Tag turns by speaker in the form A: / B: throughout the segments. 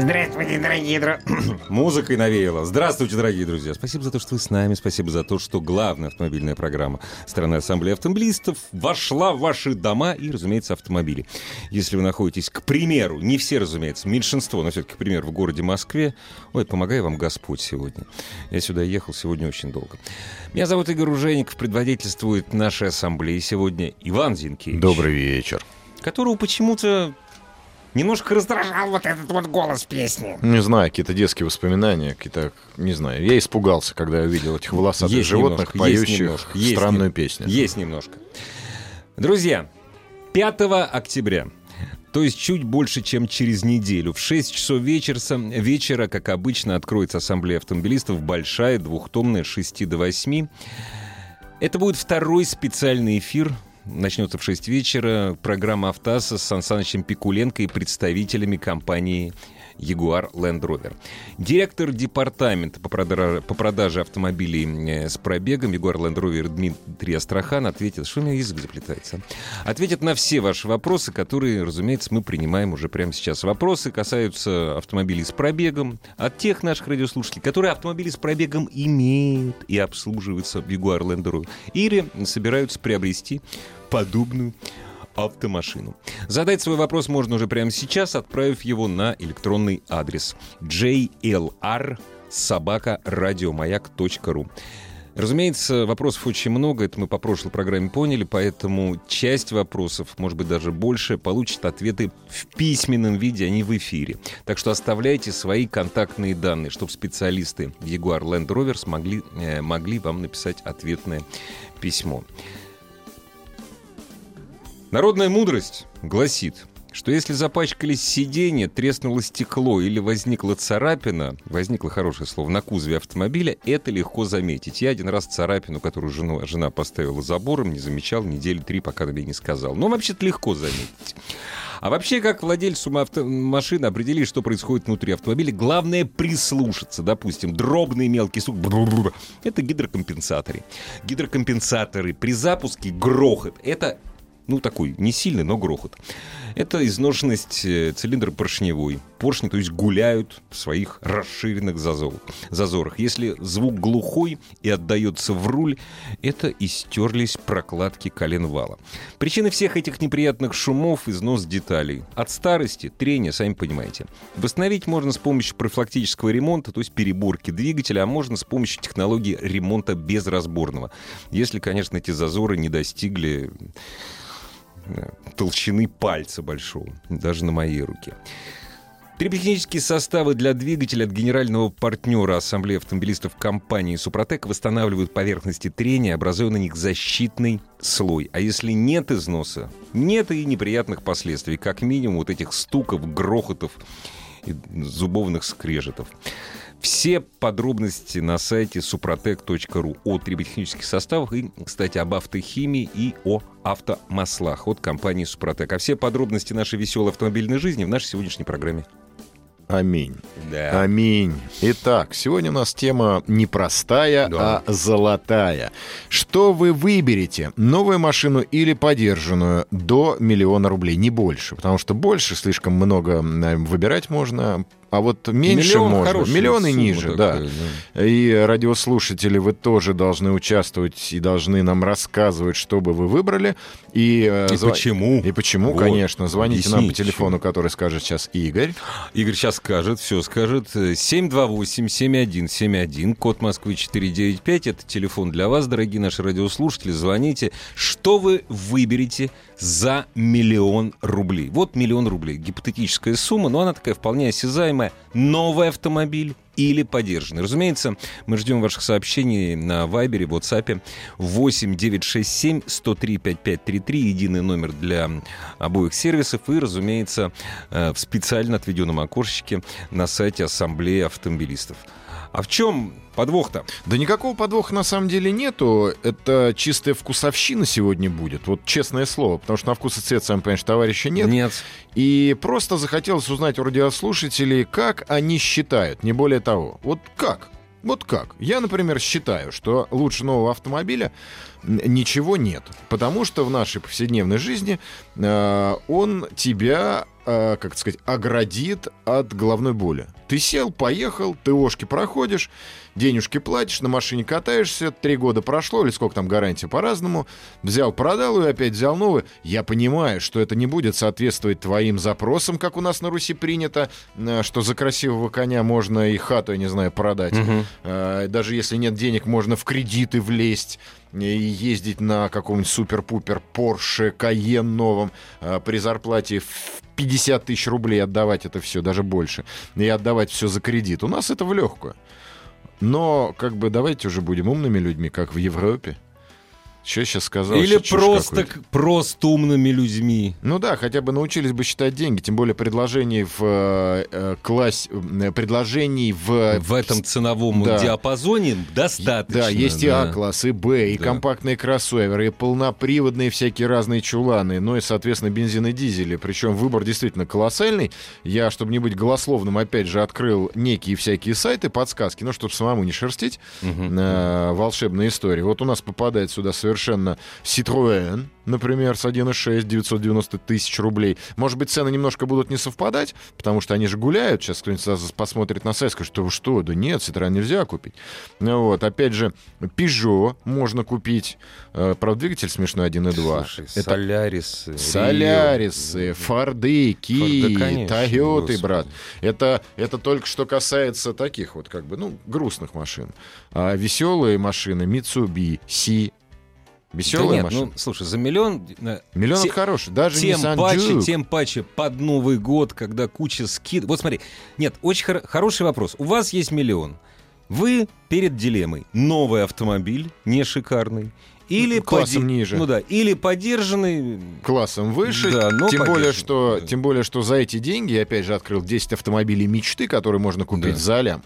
A: Здравствуйте, дорогие друзья.
B: Музыкой навеяло. Здравствуйте, дорогие друзья. Спасибо за то, что вы с нами. Спасибо за то, что главная автомобильная программа страны Ассамблеи Автомобилистов вошла в ваши дома и, разумеется, автомобили. Если вы находитесь, к примеру, не все, разумеется, меньшинство, но все-таки, к примеру, в городе Москве, ой, помогай вам Господь сегодня. Я сюда ехал сегодня очень долго. Меня зовут Игорь Ружеников, предводительствует нашей ассамблеи сегодня Иван Зинкевич.
C: Добрый вечер.
B: Которого почему-то немножко раздражал вот этот вот голос песни.
C: Не знаю, какие-то детские воспоминания, какие-то, не знаю. Я испугался, когда я увидел этих волосатых
B: Есть
C: животных,
B: немножко, есть
C: поющих
B: немножко, есть
C: странную
B: нем-
C: песню.
B: Есть немножко. Друзья, 5 октября, то есть чуть больше, чем через неделю, в 6 часов вечера, вечера как обычно, откроется Ассамблея автомобилистов, большая, двухтомная, с 6 до 8. Это будет второй специальный эфир Начнется в 6 вечера программа «Автаса» с Сан Санычем Пикуленко и представителями компании Jaguar Land Rover. Директор департамента по продаже, по продаже автомобилей э, с пробегом Jaguar Land Rover Дмитрий Астрахан ответит, что у меня язык заплетается, ответит на все ваши вопросы, которые, разумеется, мы принимаем уже прямо сейчас. Вопросы касаются автомобилей с пробегом, от тех наших радиослушателей, которые автомобили с пробегом имеют и обслуживаются в Jaguar Land Rover или собираются приобрести подобную автомашину. Задать свой вопрос можно уже прямо сейчас, отправив его на электронный адрес jlr Разумеется, вопросов очень много, это мы по прошлой программе поняли, поэтому часть вопросов, может быть даже больше, получит ответы в письменном виде, а не в эфире. Так что оставляйте свои контактные данные, чтобы специалисты Jaguar Land Rover смогли, э, могли вам написать ответное письмо. Народная мудрость гласит, что если запачкались сиденья, треснуло стекло или возникла царапина, возникло хорошее слово, на кузове автомобиля, это легко заметить. Я один раз царапину, которую жена, жена поставила забором, не замечал недели три, пока она мне не сказала. Но вообще-то легко заметить. А вообще, как владельцу ма- авто- машины определить, что происходит внутри автомобиля, главное прислушаться. Допустим, дробный мелкий стук. Брррр. Это гидрокомпенсаторы. Гидрокомпенсаторы при запуске грохот. Это ну, такой, не сильный, но грохот. Это изношенность э, цилиндра поршневой. Поршни, то есть, гуляют в своих расширенных зазов- зазорах. Если звук глухой и отдается в руль, это истерлись прокладки коленвала. Причины всех этих неприятных шумов – износ деталей. От старости, трения, сами понимаете. Восстановить можно с помощью профилактического ремонта, то есть переборки двигателя, а можно с помощью технологии ремонта безразборного. Если, конечно, эти зазоры не достигли э, толщины пальца большого, даже на моей руке. Триботехнические составы для двигателя от генерального партнера Ассамблеи автомобилистов компании «Супротек» восстанавливают поверхности трения, образуя на них защитный слой. А если нет износа, нет и неприятных последствий, как минимум вот этих стуков, грохотов и зубовных скрежетов. Все подробности на сайте suprotec.ru о триботехнических составах и, кстати, об автохимии и о автомаслах от компании «Супротек». А все подробности нашей веселой автомобильной жизни в нашей сегодняшней программе.
C: Аминь.
B: Да.
C: Аминь. Итак, сегодня у нас тема не простая,
B: Да.
C: а золотая. Что вы выберете? Новую машину или подержанную? До миллиона рублей, не больше. Потому что больше слишком много м, выбирать можно, а вот меньше можно. Миллион и ниже, да. И радиослушатели, вы тоже должны участвовать и должны нам рассказывать, что бы вы выбрали. И, э,
B: И
C: зва-
B: почему?
C: И почему,
B: Вот.
C: конечно. Звоните нам по
B: Объясните,
C: телефону, который скажет сейчас Игорь.
B: Игорь сейчас скажет, все скажет. Э, 728-7171, код Москвы 495. Это телефон для вас, дорогие наши радиослушатели. Звоните. Что вы выберете за миллион рублей? Вот миллион рублей. Гипотетическая сумма, но она такая вполне осязаемая. называемое «новый автомобиль» или подержанный. Разумеется, мы ждем ваших сообщений на Вайбере, WhatsApp 8 967 103 5533, единый номер для обоих сервисов и, разумеется, э, в специально отведенном окошечке на сайте Ассамблеи автомобилистов. А в чем подвох-то?
C: Да никакого подвоха на самом деле нету. Это чистая вкусовщина сегодня будет. Вот честное слово. Потому что на вкус и цвет, сам понимаешь, товарища нет.
B: Нет.
C: И просто захотелось узнать у радиослушателей, как они считают. Не более того. Вот как? Вот как? Я, например, считаю, что лучше нового автомобиля н- ничего нет. Потому что в нашей повседневной жизни э, он тебя, э, как это сказать, оградит от головной боли. Ты сел, поехал, ты ошки проходишь, денежки платишь, на машине катаешься, три года прошло, или сколько там гарантия по-разному, взял, продал и опять взял новую. Я понимаю, что это не будет соответствовать твоим запросам, как у нас на Руси принято, э, что за красивого коня можно и хату, я не знаю, продать. Э, Даже если нет денег, можно в кредиты влезть и ездить на каком-нибудь супер-пупер Porsche Cayenne новом э, при зарплате в 50 тысяч рублей отдавать это все, даже больше, и отдавать все за кредит. У нас это в легкую. Но как бы давайте уже будем умными людьми, как в Европе. Что сейчас сказал?
B: Или
C: Щас чушь
B: просто,
C: какую-то.
B: к- просто умными людьми.
C: Ну да, хотя бы научились бы считать деньги, тем более предложений в э, э, классе, э, предложений в,
B: В этом ценовом
C: Да.
B: диапазоне достаточно.
C: Да, есть и
B: да.
C: А-класс, и Б, и
B: Да.
C: компактные кроссоверы, и полноприводные всякие разные чуланы, ну и, соответственно, бензин и дизели. Причем выбор действительно колоссальный. Я, чтобы не быть голословным, опять же, открыл некие всякие сайты, подсказки, ну, чтобы самому не шерстить
B: Мгм.
C: э, волшебные истории. Вот у нас попадает сюда совершенно Citroën, например, с 1,6 990 тысяч рублей. Может быть, цены немножко будут не совпадать, потому что они же гуляют. Сейчас кто-нибудь сразу посмотрит на сайт, скажет, что вы что, да нет, Citroën нельзя купить. Ну Вот, опять же, Peugeot можно купить. Э, Правда, двигатель смешной 1,2.
B: Слушай,
C: Это
B: Солярисы. Рио.
C: Солярисы, Форды, Кии,
B: конечно,
C: Тойоты,
B: господи.
C: брат. Это, это только что касается таких вот как бы, ну, грустных машин. А веселые машины Mitsubishi, Си.
B: Да
C: Веселые
B: нет,
C: машины.
B: ну, слушай, за миллион... э,
C: Миллион
B: те-
C: хороший, даже
B: тем
C: Nissan
B: паче,
C: Juke.
B: тем паче под Новый год, когда куча скид. Вот смотри, нет, очень хор- хороший вопрос. У вас есть миллион. Вы перед дилеммой. Новый автомобиль, не шикарный. Или
C: Ну, классом
B: поди-
C: ниже.
B: Ну да, или подержанный.
C: классом выше.
B: Да, но
C: тем,
B: поддержим.
C: более, что,
B: Да.
C: тем более, что за эти деньги я опять же открыл 10 автомобилей мечты, которые можно купить
B: Да.
C: за лям.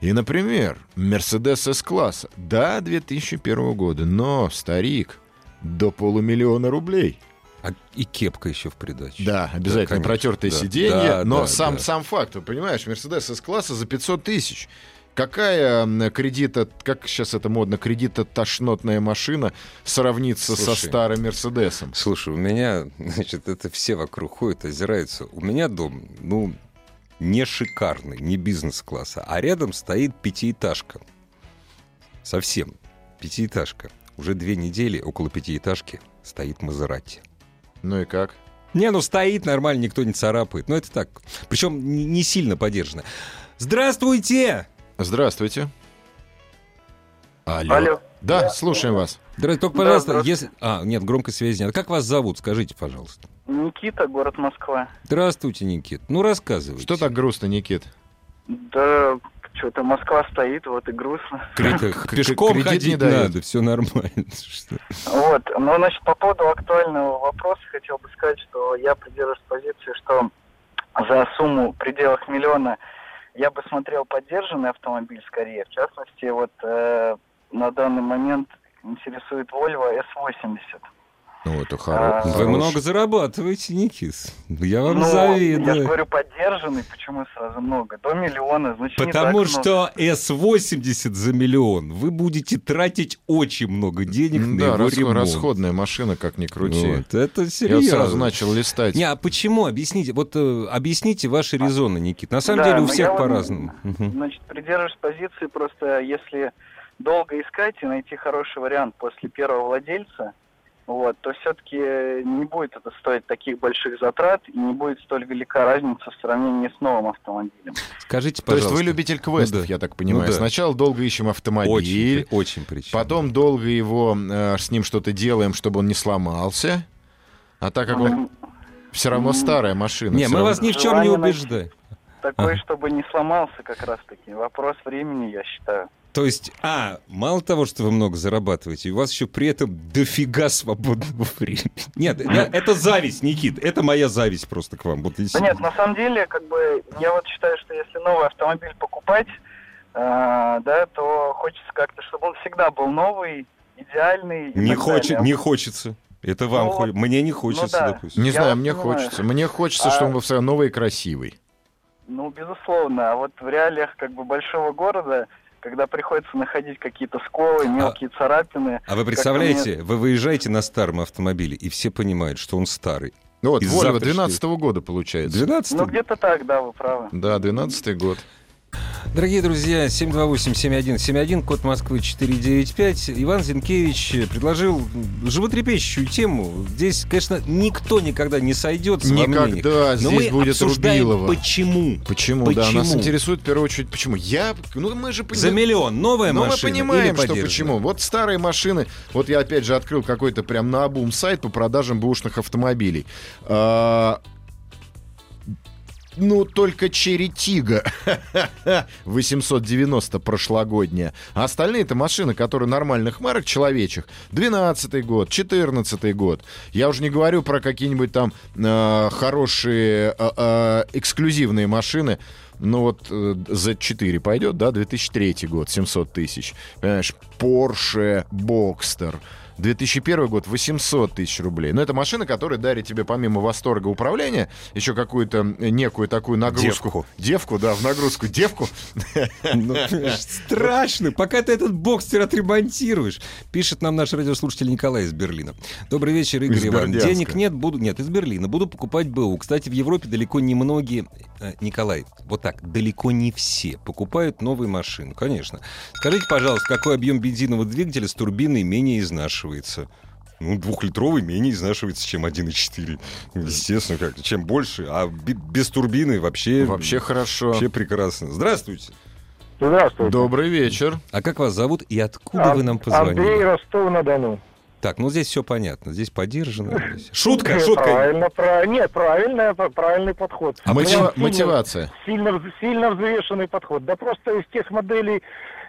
C: И, например, Mercedes S-класса. Да, 2001 года, но, старик, до полумиллиона рублей.
B: А- и кепка еще в придачу.
C: Да, обязательно
B: конечно,
C: протертые
B: да.
C: сиденья,
B: Да,
C: но
B: да,
C: сам,
B: да.
C: сам факт, ты понимаешь, Mercedes S-класса за 500 тысяч. Какая м, кредита, как сейчас это модно, кредита-тошнотная машина сравнится со
B: Слушай,
C: старым Мерседесом?
B: Слушай, у меня, значит, это все вокруг ходят, озираются. У меня дом, ну, не шикарный, не бизнес-класса, а рядом стоит пятиэтажка. Совсем пятиэтажка. Уже две недели около пятиэтажки стоит Мазерати.
C: Ну и как?
B: Не, ну стоит нормально, никто не царапает. Ну это так. Причем не не сильно подержано. Здравствуйте!
C: Здравствуйте. Алло.
D: Алло.
C: Да, слушаем вас.
B: Здравствуйте, только,
D: Да,
B: пожалуйста,
D: здравствуйте.
B: если... А, нет, громкой связи нет. Как вас зовут, скажите, пожалуйста.
D: Никита, город Москва.
B: Здравствуйте, Никит. Ну, рассказывайте.
C: Что так грустно, Никит?
D: Да, что-то Москва стоит, вот и грустно.
B: Кредит-
C: К- к-
B: Пешком
C: кредит не
B: ходить
C: дают.
B: надо, все нормально. Что?
D: Вот, но, значит, по поводу актуального вопроса хотел бы сказать, что я придерживаюсь позиции, что за сумму в пределах миллиона я бы смотрел поддержанный автомобиль скорее. В частности, вот э, на данный момент интересует Volvo S80.
C: Ну, это
D: хоро- А,
C: хорошо.
D: Вы
B: Вы много зарабатываете, Никис. Я вам
D: Ну, Я же
B: завидую.
D: говорю поддержанный, почему сразу много? До миллиона, значит, не
B: Потому
D: так много.
B: что S80 за миллион вы будете тратить очень много денег на
C: Да,
B: его
C: расход-
B: ремонт.
C: расходная машина, как ни крути.
B: Вот, Это
C: Я вот
B: серьезно.
C: сразу начал листать.
B: Не, а почему? Объясните. Вот э, объясните ваши резоны, Никит. На самом
D: А. Да,
B: деле у
D: но я
B: всех
D: вот- э,
B: по-разному. Мгм.
D: Значит, придерживаюсь позиции, просто если долго искать и найти хороший вариант после первого владельца, вот, то все-таки не будет это стоить таких больших затрат и не будет столь велика разница в сравнении с новым автомобилем.
B: Скажите,
C: То есть
B: пожалуйста.
C: вы любитель квестов,
B: Ну да.
C: я так понимаю.
B: Ну да.
C: Сначала долго ищем автомобиль,
B: Очень, при- очень причем.
C: потом долго его э, с ним что-то делаем, чтобы он не сломался. А так как он
D: М,
C: все равно
D: М.
C: старая машина.
B: Не,
C: всё
B: мы
C: равно-
B: вас ни в чем не
D: Желание найти-
B: убеждаем.
D: Такой,
B: Ага.
D: чтобы не сломался как раз-таки. Вопрос времени, я считаю.
B: То есть, а, мало того, что вы много зарабатываете, у вас еще при этом дофига свободного времени. Нет, да, это зависть, Никит. Это моя зависть просто к вам. Вот,
D: Да
B: действительно.
D: нет, на самом деле, как бы, я вот считаю, что если новый автомобиль покупать, э, да, то хочется как-то, чтобы он всегда был новый, идеальный. и
B: не,
D: так
B: хочет,
D: далее.
B: не хочется. Это вам
D: Ну
B: хо-
D: вот.
B: Мне не хочется,
D: да.
B: допустим.
C: Не
D: Я
C: знаю,
D: вас
C: мне
D: понимаю.
C: хочется. Мне хочется,
D: А-
C: чтобы он был всегда новый и красивый.
D: Ну, безусловно. А вот в реалиях, как бы, большого города, когда приходится находить какие-то сколы, мелкие царапины,
B: А вы представляете, вы выезжаете на старом автомобиле, и все понимают, что он старый.
C: Ну Вот,
B: Из
C: Вольво
B: завтрашнего.
C: 12 года получается.
B: 12
D: ну, где-то так, да, вы правы.
C: Да, 12 год.
B: Дорогие друзья, 728-7171, код Москвы 495. Иван Зинкевич э, предложил животрепещущую тему. Здесь, конечно, никто никогда не сойдется во мнениях.
C: Никогда
B: Но мы
C: здесь будет
B: обсуждаем,
C: Рубилова.
B: почему.
C: Почему? Да,
B: Почему?
C: нас интересует в первую очередь, почему. Я, ну мы же
B: За
C: понимаем,
B: миллион новая
C: но мы
B: машина или
C: понимаем, что
B: подержанная?
C: почему. Вот старые машины, вот я опять же открыл какой-то прям на обум сайт по продажам бушных автомобилей. А, ну, только Черетига 890 прошлогодняя. А остальные-то машины, которые нормальных марок, человечих, 12-й год, 14-й год. Я уже не говорю про какие-нибудь там э, хорошие э, э, эксклюзивные машины. Ну вот э, Z4 пойдет, да, 2003 год, 700 тысяч. Понимаешь, Porsche Boxster. 2001 год 800 тысяч рублей. Но это машина, которая дарит тебе помимо восторга управления еще какую-то э, некую такую нагрузку. Девку. да, в нагрузку девку.
B: Ну, страшно, пока ты этот бокстер отремонтируешь. Пишет нам наш радиослушатель Николай из Берлина. Добрый вечер,
C: Из
B: Игорь Иван.
C: Бердянска.
B: Денег нет, буду... Нет, из Берлина. Буду покупать БУ. Кстати, в Европе далеко не многие... э, Николай, вот так, далеко не все покупают новые машины, конечно. Скажите, пожалуйста, какой объем бензинового двигателя с турбиной менее изнашивается? Ну, двухлитровый менее изнашивается, чем 1,4. Естественно, как чем больше. А бе- без турбины вообще...
C: Вообще хорошо.
B: Э, Вообще прекрасно. Здравствуйте.
E: Здравствуйте.
C: Добрый вечер.
B: А как вас зовут и откуда вы нам позвонили?
E: Андрей Ростов-на-Дону.
B: Так, ну здесь все понятно, здесь поддержано. здесь- Шутка,
E: Э,
B: шутка.
E: Правильно, правильно. Нет, правильно, п- правильный подход.
C: А
E: У меня
C: мотива-
E: сильно-
C: мотивация.
E: Сильно, вз- сильно взвешенный подход. Да просто из тех моделей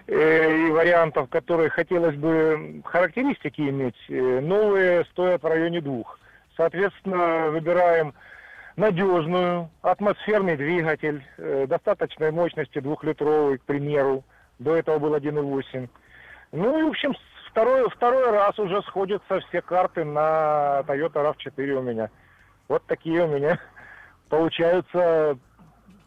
E: э, и вариантов, которые хотелось бы м, характеристики иметь, э, новые стоят в районе двух. Соответственно, выбираем надежную, атмосферный двигатель, э, достаточной мощности двухлитровый, к примеру. До этого был 1,8. Ну и, в общем, с- второй, второй раз уже сходятся все карты на Toyota RAV4 у меня. Вот такие у меня получаются.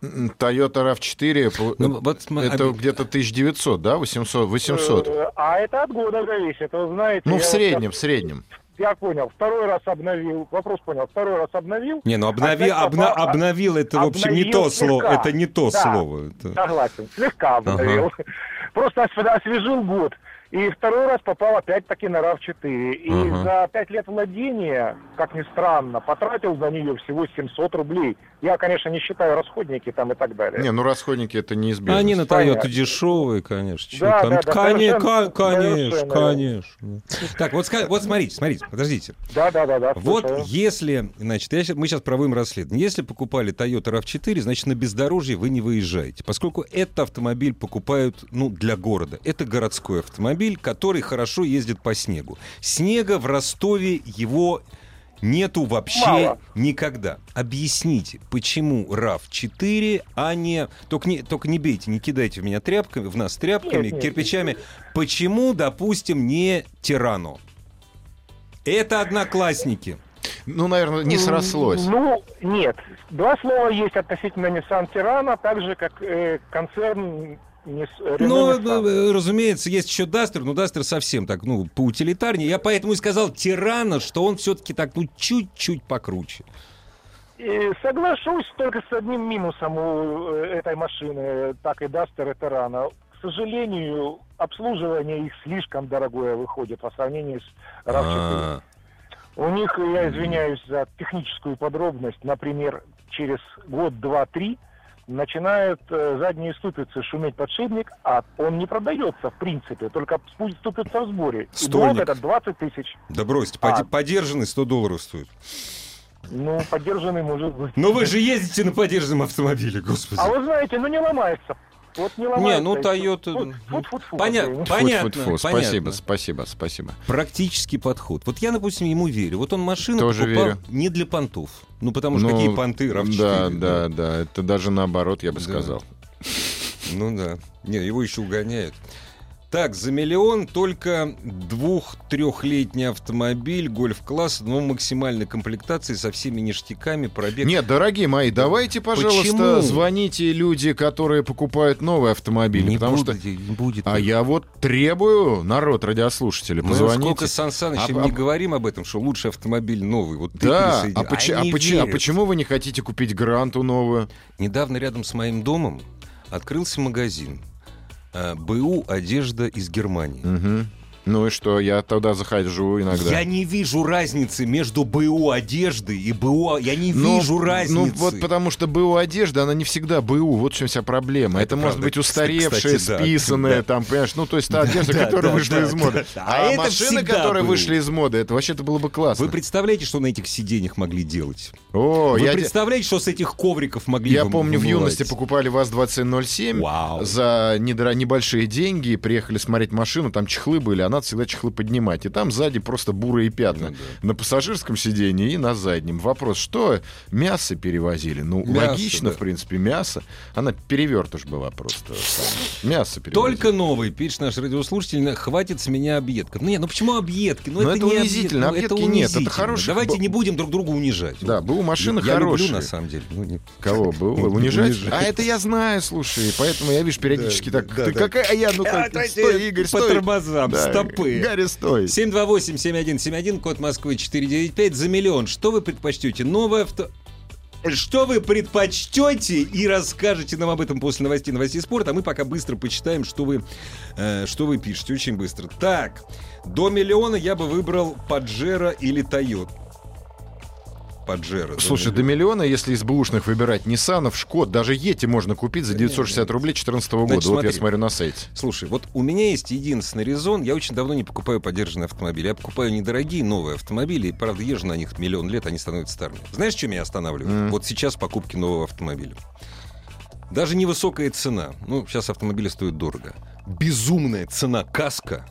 C: М, Toyota RAV4. пол-
B: Ну, вот см-
C: Это
B: а-
C: где-то 1900, да? 800? 800.
E: э, А это от года зависит, вы знаете.
C: Ну,
E: я
C: в
E: вот
C: среднем, в среднем.
E: сейчас- Я понял, второй раз обновил, вопрос понял, второй раз обновил,
B: Не, ну обнови,
E: Опять
B: обна-
E: попал-
B: обновил это, в общем, не
E: обновил
B: то слово.
E: слегка.
B: Это не то
E: Да.
B: слово. это-
E: согласен, слегка обновил. Просто осв- освежил год. И второй раз попал опять-таки на RAV4. И
B: Ага.
E: за пять лет владения, как ни странно, потратил за нее всего 700 рублей. Я, конечно, не считаю расходники там и так далее.
C: Не, ну расходники это неизбежно.
B: Они на Toyota
E: Понятно.
B: дешевые, конечно. чё
E: Да,
B: там?
E: да, да,
B: Коне-
E: совершенно-
B: ка- Конечно,
E: совершенно.
B: конечно. Так, вот ска- вот смотрите, смотрите, подождите.
E: Да, да, да, да.
B: Вот
E: слушаю.
B: если, значит, я щас- мы сейчас проводим расследование. Если покупали Toyota RAV4, значит, на бездорожье вы не выезжаете, поскольку этот автомобиль покупают, ну, для города. Это городской автомобиль, который хорошо ездит по снегу. Снега в Ростове его нету вообще
E: Мало.
B: никогда. Объясните, почему RAV4, а не... Только не, только не бейте, не кидайте в меня тряпками, в нас тряпками,
E: Нет, нет.
B: кирпичами. Почему, допустим, не Тирано? Это одноклассники.
C: Ну, наверное, не срослось.
E: Ну, нет. Два слова есть относительно Nissan Тирана, так же, как э, концерн Нис- Renault
B: Ну,
E: Nissan.
B: э, разумеется, есть еще Дастер, но Дастер совсем так, ну, поутилитарнее. Я поэтому и сказал Тирана, что он все-таки так, ну, чуть-чуть покруче.
E: И соглашусь только с одним минусом у э, этой машины, так и Duster и Terrano. К сожалению, обслуживание их слишком дорогое выходит по сравнению с RAV4.
B: А,
E: У них, я извиняюсь за техническую подробность, например, через год, два, три начинают э, задние ступицы шуметь подшипник, а он не продается в принципе, только спу- ступица в сборе. И блок
B: Стольник.
E: этот 20 тысяч.
B: Да бросьте, поди-
E: А.
B: подержанный 100 долларов стоит.
E: Ну, поддержанный может быть.
B: Но вы же ездите на подержанном автомобиле, господи.
E: А вы знаете, ну не ломается. Вот не ломается.
B: Не, ну,
E: И
B: Toyota,
E: фу-
B: ну,
E: фу-фу-фу,
B: понятно.
E: как бы,
B: Понятно,
C: Фу-фу-фу,
B: понятно.
C: Спасибо, спасибо, спасибо.
B: Практический подход. Вот я, допустим, ему верю. Вот он машину
C: Тоже
B: покупал
C: верю.
B: не для понтов. Ну, потому что
C: Ну,
B: какие понты, RAV4.
C: Да, да, да. Это даже наоборот, я бы
B: Да.
C: сказал.
B: Ну да. Не, его еще угоняют. Так, за миллион только двух-трехлетний автомобиль, гольф-класс, но в максимальной комплектации со всеми ништяками, пробег.
C: Нет, дорогие мои, давайте, пожалуйста,
B: Почему?
C: звоните люди, которые покупают новый автомобиль.
B: не
C: потому
B: будет,
C: что.
B: не будет.
C: А я вот требую народ, радиослушатели,
B: Мы
C: позвоните.
B: Ну, сколько с Сан Санычем
C: А-
B: не
C: а-
B: говорим об этом, что лучший автомобиль новый. Вот ты
C: Да,
B: присоедини-
C: а, поч- а
B: Они
C: поч- а
B: верят.
C: почему вы не хотите купить гранту новую?
B: Недавно рядом с моим домом открылся магазин э, БУ «Одежда» из Германии.
C: Мгм. Ну и что, я тогда захожу иногда.
B: Я не вижу разницы между БУ «Одежды» и БУ... Я не
C: Но-
B: вижу разницы.
C: Ну вот потому что БУ одежда, она не всегда БУ, вот в чем вся проблема.
B: Это
C: Это, может
B: правда.
C: быть устаревшая,
B: Кстати, да.
C: списанная,
B: Да.
C: там, понимаешь, ну то есть та одежда,
B: да, да,
C: которая вышла
B: да,
C: из моды.
B: да, да. А
C: А
B: это
C: машины,
B: всегда
C: которые
B: «БУ».
C: вышли из моды, это вообще-то было бы классно.
B: Вы представляете, что на этих сиденьях могли делать?
C: О,
B: Вы
C: я, те-
B: представляете, что с этих ковриков могли
C: я
B: вам
C: помню, в
B: вымывать?
C: юности покупали ВАЗ-2107
B: Вау.
C: за недра- небольшие деньги, приехали смотреть машину, там чехлы были, а надо всегда чехлы поднимать. И там сзади просто бурые пятна.
B: Ну да.
C: На пассажирском сидении и на заднем. Вопрос, что мясо перевозили? Ну,
B: Мясо,
C: логично,
B: да.
C: в принципе, мясо. Она перевертыш была просто. Мясо перевозили.
B: Только новый, пишет наш радиослушатель, на- хватит с меня объедков. Ну, нет, ну почему объедки? Ну,
C: Ну,
B: это,
C: это
B: не объедки,
C: унизительно,
B: ну, это
C: объедки нет, это
B: унизительно.
C: хороших
B: Давайте
C: бо-
B: не будем друг друга унижать.
C: Да, был машина
B: я
C: хорошая.
B: люблю, на самом деле. Ну, не-
C: Кого? Был?
B: Ну,
C: Унижать?
B: унижать.
C: А это я знаю, слушай. и Поэтому я, видишь, периодически
B: Да,
C: так...
B: да,
C: ты
B: да.
C: какая я? Ну,
B: А,
C: как ты?
B: давайте
C: Стой, Игорь,
B: по
C: стой.
B: тормозам,
C: Да,
B: стопы.
C: Гарри, стой.
B: 728-7171, код Москвы 495, за миллион. Что вы предпочтете? Новое авто... Что вы предпочтете и расскажете нам об этом после новостей новостей спорта, а мы пока быстро почитаем, что вы, э, что вы пишете, очень быстро. Так, до миллиона я бы выбрал Паджеро или Тойоту. Паджеро. до
C: Слушай, до
B: миллиона.
C: миллиона, если из бэушных выбирать Ниссанов, Шкод, даже Ети можно купить за 960 рублей 2014 года.
B: Значит,
C: Вот я
B: смотри.
C: смотрю на сайте.
B: Слушай, вот у меня есть единственный резон. Я очень давно не покупаю подержанные автомобили. Я покупаю недорогие новые автомобили. И, правда, езжу на них миллион лет, они становятся старыми. Знаешь, что меня останавливает?
C: Мгм.
B: Вот сейчас покупки нового автомобиля. Даже невысокая цена. Ну, сейчас автомобили стоят дорого. Безумная цена каска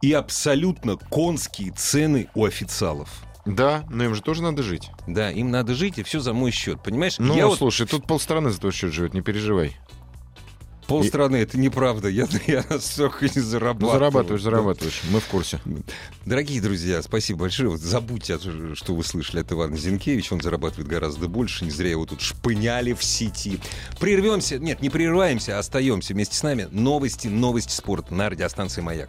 B: и абсолютно конские цены у официалов.
C: Да, но им же тоже надо жить.
B: Да, им надо жить, и все за мой счет. Понимаешь,
C: Ну,
B: я вот
C: слушай, тут полстраны за твой счет живет, не переживай.
B: полстраны, это неправда. Я, я столько не
C: Ну,
B: зарабатываю.
C: зарабатываешь,
B: Да.
C: зарабатываешь. Мы в курсе.
B: Дорогие друзья, спасибо большое. Вот забудьте, от- что вы слышали от Ивана Зинкевича. Он зарабатывает гораздо больше. Не зря его тут шпыняли в сети. Прервемся. Нет, не прерываемся, а остаемся вместе с нами. Новости, новости спорта на радиостанции «Маяк».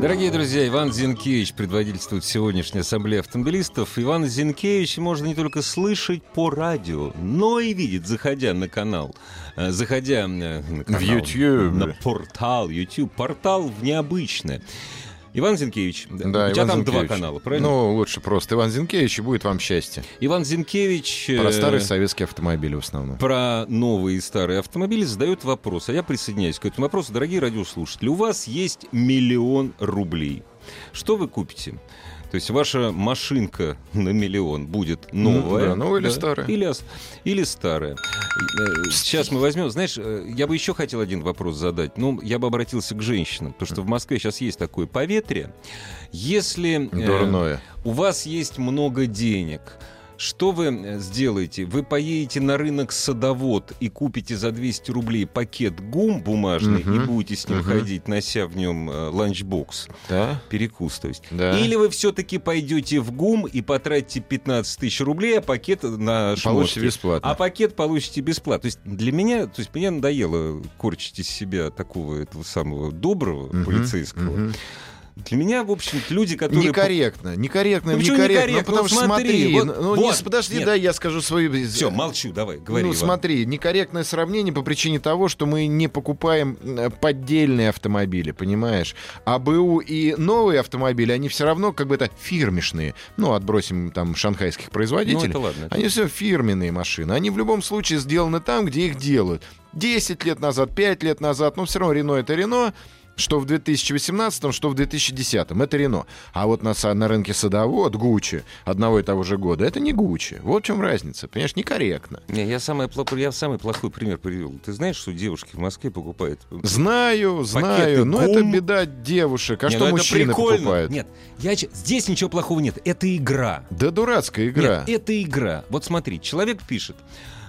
B: Дорогие друзья, Иван Зинкевич предводительствует сегодняшней ассамблеи автомобилистов. Ивана Зинкевича можно не только слышать по радио, но и видеть, заходя на канал, э, заходя э, на, канал,
C: YouTube.
B: на портал YouTube, портал в необычное. Иван Зинкевич, да, у тебя
C: Иван
B: там
C: Зинкевич.
B: два канала, правильно?
C: Ну, лучше просто. Иван Зинкевич, и будет вам счастье.
B: Иван Зинкевич э,
C: Про старые советские автомобили в основном.
B: про новые и старые автомобили задает вопрос, а я присоединяюсь к этому вопросу. Дорогие радиослушатели, у вас есть миллион рублей. Что вы купите? То есть ваша машинка на миллион будет новая.
C: Ну, да, новая или старая.
B: Или, ос- или старая. Э, Сейчас мы возьмем, знаешь, э, я бы еще хотел один вопрос задать. Ну, я бы обратился к женщинам, потому что в Москве сейчас есть такое поветрие. Если... э,
C: Дурное.
B: у вас есть много денег. Что вы э, сделаете? Вы поедете на рынок садовод и купите за 200 рублей пакет гум бумажный и
C: Мгм.
B: будете с ним
C: Мгм.
B: ходить, нося в нем э, ланчбокс,
C: Да?
B: перекус, то есть.
C: Да.
B: Или вы все-таки пойдете в гум и потратите 15 тысяч рублей, а пакет на шмотки.
C: Получите бесплатно.
B: А пакет получите бесплатно. То есть для меня, то есть мне надоело корчить из себя такого этого самого доброго
C: Мгм,
B: полицейского.
C: мгм.
B: Для меня, в общем люди, которые...
C: Некорректно, некорректно,
B: Ну, почему
C: некорректно. Ну,
B: некорректно?
C: потому
B: Вот
C: что
B: смотри,
C: смотри,
B: вот-
C: ну, не
B: вот,
C: с- подожди,
B: нет.
C: да, я скажу свою...
B: Все, молчу, давай, говори,
C: Ну,
B: Иван.
C: смотри, некорректное сравнение по причине того, что мы не покупаем э, поддельные автомобили, понимаешь? А БУ и новые автомобили, они все равно как бы это фирмишные. Ну, отбросим там шанхайских
B: Ну,
C: производителей.
B: это ладно.
C: Они все фирменные машины. Они в любом случае сделаны там, где их делают. 10 лет назад, 5 лет назад, но все равно Рено это Рено. Что в 2018, что в 2010. Это Рено. А вот на, са- на рынке садовод Гуччи одного и того же года, это не Гуччи. Вот в чем разница. Понимаешь, некорректно.
B: Не, я, самый пла- я самый плохой пример привел. Ты знаешь, что девушки в Москве покупают?
C: А Знаю, знаю. Но
B: гум.
C: это беда девушек. А
B: Не,
C: что
B: ну это
C: мужчины
B: прикольно.
C: покупают?
B: Нет, я, ч- здесь ничего плохого нет. Это игра.
C: Да дурацкая игра.
B: Нет, это игра. Вот смотри, человек пишет,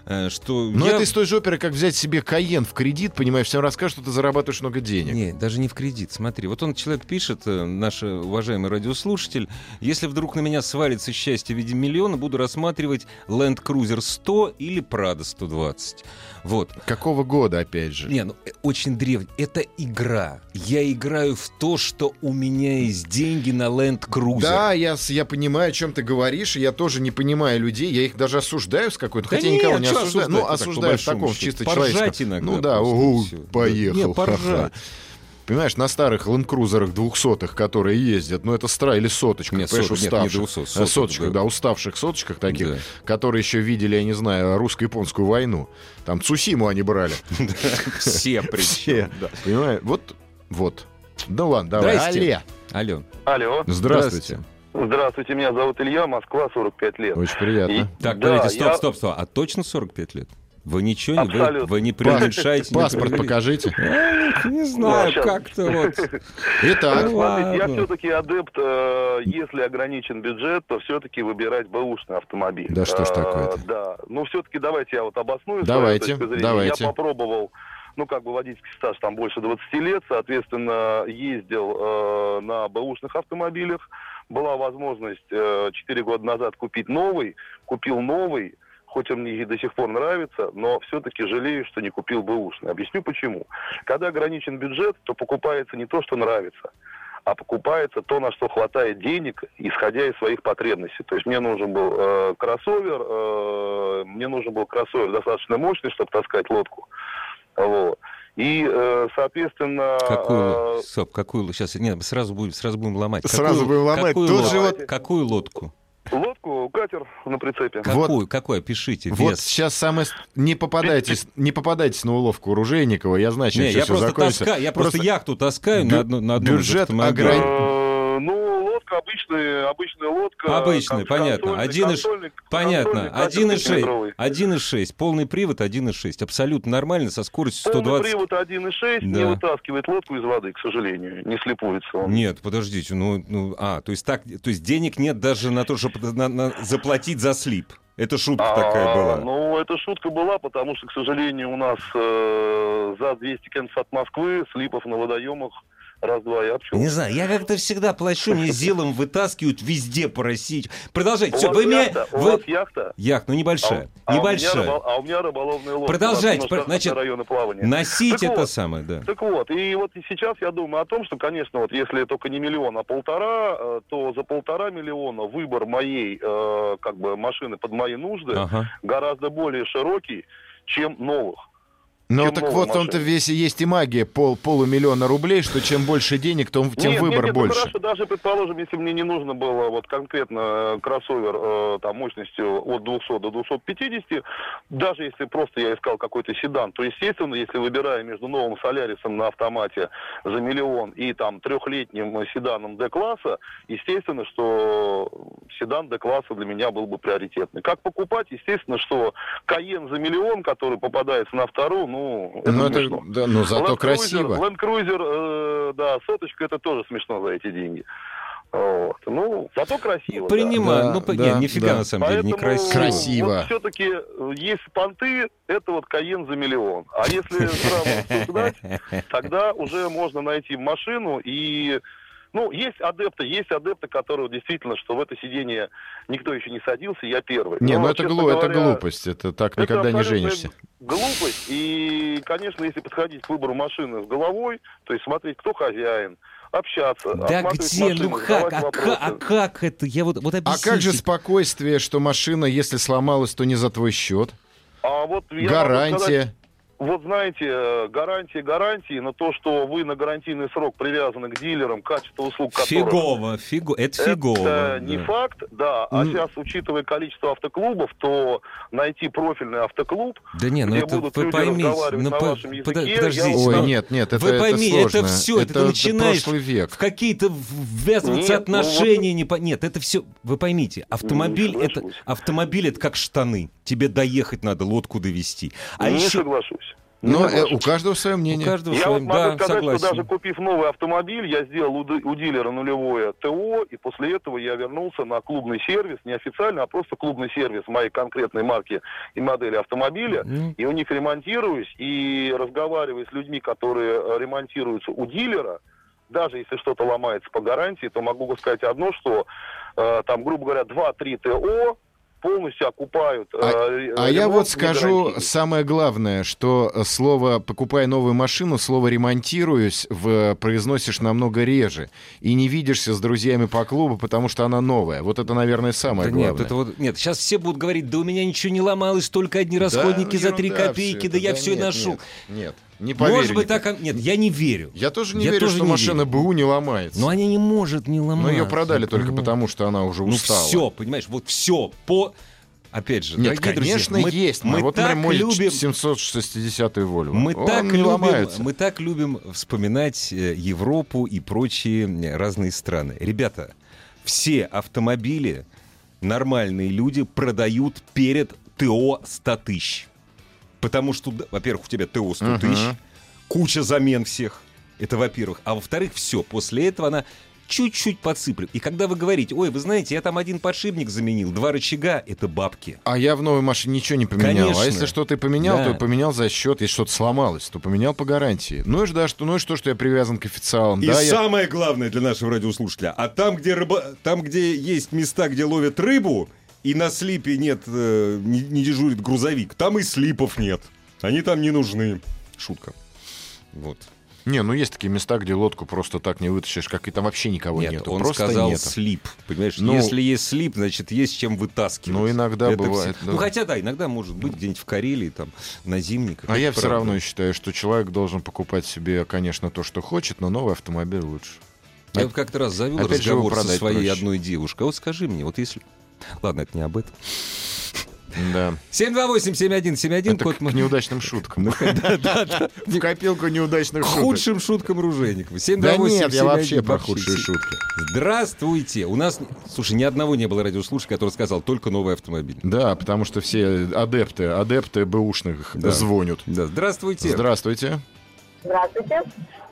B: э, что...
C: Но
B: я-
C: Ну, это из той же оперы, как взять себе Каен в кредит, понимаешь, всем расскажут, что ты зарабатываешь много денег.
B: Не, даже не в кредит. Смотри, вот он человек пишет, э, наш э, уважаемый радиослушатель, если вдруг на меня свалится счастье в виде миллиона, буду рассматривать Land Cruiser 100 или Prado 120. Вот.
C: Какого года, опять же?
B: Не, ну э, очень древний. Это игра. Я играю в то, что у меня есть деньги на Land Cruiser.
C: Да, я, с- я понимаю, о чем ты говоришь, и я тоже не понимаю людей, я их даже осуждаю с какой-то,
B: Да
C: хотя
B: нет,
C: никого не
B: чё
C: осуждаю,
B: осуждать-то
C: ну,
B: так, по
C: осуждаю в
B: большому
C: таком,
B: счету?
C: чисто
B: Поржать
C: человеческом.
B: иногда
C: Ну да,
B: просто,
C: «Оу,
B: и всё.
C: поехал,
B: Не,
C: ха-ха».
B: поржать.
C: Понимаешь, на старых ленд-крузерах двухсотых, которые ездят, ну это стра или соточка,
B: Нет,
C: понимаешь,
B: сот- нет, не
C: уставших.
B: двухсот,
C: Э,
B: соток,
C: соточка,
B: да.
C: да. уставших соточках таких,
B: Да.
C: которые еще видели, я не знаю, русско-японскую войну. Там Цусиму они брали.
B: Все
C: Все,
B: причем. да.
C: понимаешь, вот, вот. Ну ладно, давай.
B: Здрасте.
C: Алле.
B: Алло.
F: Алло.
C: Здравствуйте.
F: Здравствуйте, меня зовут Илья, Москва, 45 лет.
C: Очень приятно.
F: И-
B: Так,
F: да,
B: подождите, стоп,
F: я-
B: стоп, стоп. А точно 45 лет? Вы ничего не... Вы,
F: Абсолютно.
B: вы не преуменьшаете? не
C: Паспорт
B: преувелич-
C: покажите.
B: Не знаю,
F: Ну, щас.
B: как-то вот.
C: Итак,
B: Ну,
F: Смотрите, я
B: ладно.
F: все-таки адепт, э, если ограничен бюджет, то все-таки выбирать бэушный автомобиль.
C: Да что ж
F: Э,
C: такое-то.
F: Да, ну все-таки давайте я вот обосную. свою
C: Давайте,
F: точку зрения.
C: давайте.
F: Я попробовал, ну как бы водительский стаж там больше 20 лет, соответственно, ездил э, на бэушных автомобилях. Была возможность э, 4 года назад купить новый, купил новый, хоть он мне и до сих пор нравится, но все-таки жалею, что не купил бэушный. Объясню почему. Когда ограничен бюджет, то покупается не то, что нравится, а покупается то, на что хватает денег, исходя из своих потребностей. То есть мне нужен был э, кроссовер, э, мне нужен был кроссовер достаточно мощный, чтобы таскать лодку. Вот. И, э, соответственно...
C: а,
B: Какую,
F: э,
B: стоп, какую, ло- сейчас, нет, сразу будем, сразу будем ломать.
C: Сразу
B: Какую-
C: будем ломать.
B: какую
C: Тут
B: лодку?
C: же
F: вот-
B: Какую лодку?
F: лодку, катер на прицепе.
C: Вот.
B: Какую, какую, пишите,
C: вот
B: вес.
C: сейчас самое... с- Не попадайтесь, не попадайтесь на уловку Оружейникова, я знаю, чем
B: Не,
C: все
B: я просто
C: закончится.
B: таскаю, я просто, яхту таскаю
C: бю-
B: на одну, на одном из
C: бюджет
B: автомобилей.
C: ограни-
F: Э, Ну, лодка обычная, обычная лодка.
B: Обычная,
F: кон-
B: понятно.
F: консольный-
B: Один и ш-
F: консольник-
B: Понятно,
F: консольник, катер
B: 1,6,
F: пятиметровый.
B: 1,6, полный привод 1,6, абсолютно нормально, со скоростью
F: Полный
B: 120.
F: привод 1,6 не
B: Да.
F: вытаскивает лодку из воды, к сожалению. Не слепуется он.
B: Нет, подождите, ну, ну, а, то есть так, то есть денег нет даже на то, чтобы на- на- заплатить за слип. Это шутка
F: А,
B: такая была.
F: Ну, эта шутка была, потому что, к сожалению, у нас э, за 200 км от Москвы слипов на водоемах раз-два и
B: Не
F: обчелся.
B: знаю, я как-то всегда плачу, мне зелом вытаскивают везде по России. Продолжайте.
F: У
B: Все,
F: вас
B: вы меня...
F: яхта? У
B: вы-
F: вас яхта?
B: Яхт, ну небольшая.
F: А у- а у меня
B: небольшая.
F: рыбол- а у меня рыболовная лодка.
B: Продолжайте,
F: У нас
B: про-
F: у нас
B: значит,
F: района плавания.
B: Носить
F: Так
B: это
F: вот.
B: самое, да.
F: Так вот, и вот и сейчас я думаю о том, что, конечно, вот если только не миллион, а полтора, э, то за полтора миллиона выбор моей, э, как бы, машины под мои нужды
B: Ага.
F: гораздо более широкий, чем новых.
C: Ну
F: Чем
C: так
F: новая
C: вот, в том-то
F: машина?
C: весь и есть и магия пол, полумиллиона рублей, что чем больше денег, том, тем выбор
F: нет,
C: больше.
F: Это хорошо, даже, предположим, если мне не нужно было вот конкретно э, кроссовер э, там, мощностью от 200 до 250, даже если просто я искал какой-то седан, то, естественно, если выбирая между новым Солярисом на автомате за миллион и там трехлетним э, седаном Д-класса, естественно, что седан Д-класса для меня был бы приоритетный. Как покупать? Естественно, что Каен за миллион, который попадается на вторую, ну, это
C: но, это,
F: смешно.
C: да, но зато
F: Land Cruiser-
C: красиво.
F: Land Cruiser, э, да, соточка, это тоже смешно за эти деньги. Вот. Ну, зато красиво. да.
B: Принимаю.
C: Да,
B: ну, по-
C: да,
B: не, нифига
C: да.
B: на самом деле
F: Поэтому
B: некрасиво.
C: Красиво.
F: Вот все-таки э, есть понты, это вот Каен за миллион. А если сразу рассуждать, тогда уже можно найти машину и... Ну, есть адепты, есть адепты, которые действительно, что в это сиденье никто еще не садился, я первый.
C: Не,
F: Но,
C: ну это,
F: честно
C: глу- это
F: говоря,
C: глупость, это так
F: это
C: никогда не
F: абсолютная
C: женишься.
F: Глупость. И, конечно, если подходить к выбору машины с головой, то есть смотреть, кто хозяин, общаться.
B: Да
F: осматривать
B: где?
F: машины,
B: Ну как?
F: задавать
B: А,
F: вопросы.
B: ка- а как это? Я вот, вот
C: А
B: объясните.
C: как же спокойствие, что машина, если сломалась, то не за твой счет?
F: А вот я могу сказать,
C: Гарантия.
F: вот знаете, э, гарантии гарантии, но то, что вы на гарантийный срок привязаны к дилерам, качество услуг которых...
B: Фигово, фиго, это фигово.
F: Это не
B: да.
F: факт, да. А
C: М.
F: сейчас, учитывая количество автоклубов, то найти профильный автоклуб,
B: Да не, ну
F: где
B: это
F: будут
B: вы
F: люди
B: поймите.
F: разговаривать
B: ну,
F: на
B: по-
F: вашем языке,
B: подо-
F: я
B: подождите.
F: вот-
C: Ой,
B: ну,
C: нет, нет, это,
B: Вы
C: это
B: пойми, это
C: сложно.
B: всё, это ты начинаешь
C: прошлый век.
B: В какие-то ввязываться
F: Нет, ну
B: отношения не по... Нет, это все, вы поймите, автомобиль
F: Не
B: это,
F: соглашусь.
B: автомобиль это как штаны. Тебе доехать надо, лодку довести. А
F: не
B: еще
F: соглашусь. Не
C: Но э,
F: соглашусь.
C: у каждого свое мнение.
B: у каждого
F: Я
B: свое-
F: вот могу
B: да,
F: сказать,
B: согласен.
F: что даже купив новый автомобиль, я сделал у, ди- у дилера нулевое ТО, и после этого я вернулся на клубный сервис, не официально, а просто клубный сервис моей конкретной марки и модели автомобиля.
B: Ну,
F: И у них ремонтируюсь, и разговариваю с людьми, которые э, ремонтируются у дилера, даже если что-то ломается по гарантии, то могу сказать одно, что э, там, грубо говоря, 2-3 ТО полностью окупают. э, ре-
C: А я
F: ремонт
C: вот
F: не
C: скажу
F: гарантийный.
C: самое главное, что э, слово «покупай новую машину», слово «ремонтируюсь» в, э, произносишь намного реже. И не видишься с друзьями по клубу, потому что она новая. Вот это, наверное, самое
B: да
C: главное.
B: нет, это вот, нет, сейчас все будут говорить, да у меня ничего не ломалось, только одни
C: Да,
B: расходники
C: ну,
B: за 3
C: ерунда
B: копейки,
C: всё
B: да
C: это.
B: я все и
C: нет,
B: ношу.
C: Нет, нет, не поверю.
B: Может быть,
C: никогда.
B: так... Нет, я не верю.
C: Я тоже не
B: Я
C: верю,
B: тоже
C: что
B: не
C: машина
B: верю.
C: БУ не ломается.
B: Но она не может не
C: Но
B: ломаться.
C: ее продали только
B: понимаешь?
C: потому, что она уже
B: Ну
C: устала.
B: все, понимаешь, вот все по... Опять же,
C: Нет,
B: дорогие
C: конечно,
B: друзья, мы-
C: есть. А
B: Мы,
C: вот,
B: так
C: например, мой
B: любим...
C: 760-й Volvo.
B: Мы
C: Он
B: так,
C: не
B: любим,
C: ломается.
B: мы так любим вспоминать э, Европу и прочие э, разные страны. Ребята, все автомобили нормальные люди продают перед ТО 100 тысяч. Потому что, да, во-первых, у тебя ТО 100 тысяч,
C: Мгм.
B: куча замен всех. Это во-первых. А во-вторых, все. После этого она чуть-чуть подсыплет. И когда вы говорите, ой, вы знаете, я там один подшипник заменил, два рычага, это бабки.
C: А я в новой машине ничего не поменял.
B: Конечно.
C: А если что-то и поменял,
B: Да.
C: то поменял за счет. Если что-то сломалось, то поменял по гарантии. Ну и ж да, что, ну и что, что я привязан к официалам.
B: И
C: да, я-
B: самое главное для нашего радиослушателя, а там, где рыба, там, где есть места, где ловят рыбу, и на слипе нет, э, не, не дежурит грузовик, там и слипов нет. Они там не нужны. Шутка. Вот.
C: Не, ну есть такие места, где лодку просто так не вытащишь, как и там вообще никого нету. просто нет.
B: слип. Понимаешь,
C: Ну,
B: если есть слип, значит, есть чем вытаскивать.
C: Ну, иногда
B: Это
C: бывает,
B: все.
C: да.
B: Ну, хотя, да, иногда может быть где-нибудь в Карелии, там, на зимниках.
C: А
B: это
C: я все
B: правда.
C: равно считаю, что человек должен покупать себе, конечно, то, что хочет, но новый автомобиль лучше.
B: Я вот как-то раз завел
C: Опять же, его
B: разговор со
C: продать
B: своей
C: проще.
B: одной девушкой. А вот скажи мне, вот если... Ладно, это не об этом.
C: Да.
B: 728-7171,
C: Это
B: код...
C: к неудачным шуткам.
B: Да-да-да.
C: В копилку неудачных
B: К
C: шуток.
B: худшим шуткам Ружейникова. 728-7171.
C: Да нет, я вообще про худшие шутки.
B: Здравствуйте. У нас, слушай, ни одного не было радиослушателя, который сказал только новый автомобиль.
C: Да, потому что все адепты, адепты бэушных
B: Да.
C: звонят.
B: Да, здравствуйте.
C: Здравствуйте.
G: Здравствуйте.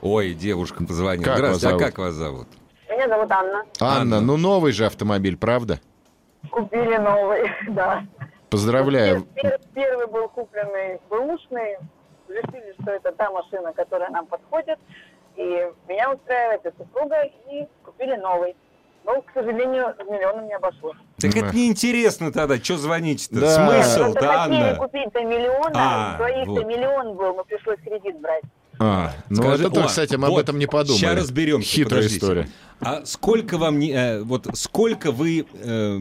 B: Ой, девушка позвонила.
C: Как вас
B: здравствуйте,
C: зовут?
B: а как вас зовут?
G: Меня зовут Анна.
C: Анна,
B: Анна.
C: ну новый же автомобиль, правда?
G: Купили новый, да.
C: Поздравляю.
G: Пер- пер- Первый был купленный бэушный. Решили, что это та машина, которая нам подходит. И меня устраивает и супруга, и купили новый. Но, к сожалению, с миллионом не обошлось.
B: Так
C: Да.
B: это неинтересно тогда, что звонить-то?
C: Да.
G: Просто
B: Смысл-то,
G: хотели
B: А, Анна?
G: купить-то миллион,
B: А,
G: а, своих-то
B: вот.
G: миллион был, но пришлось кредит брать.
C: А, ну
B: Скажи-
C: это, да,
B: О,
C: кстати, мы об
B: вот,
C: этом не подумали.
B: ща разберемся,
C: Хитрая
B: подождите.
C: история.
B: А сколько вам, не- э, вот сколько вы... э,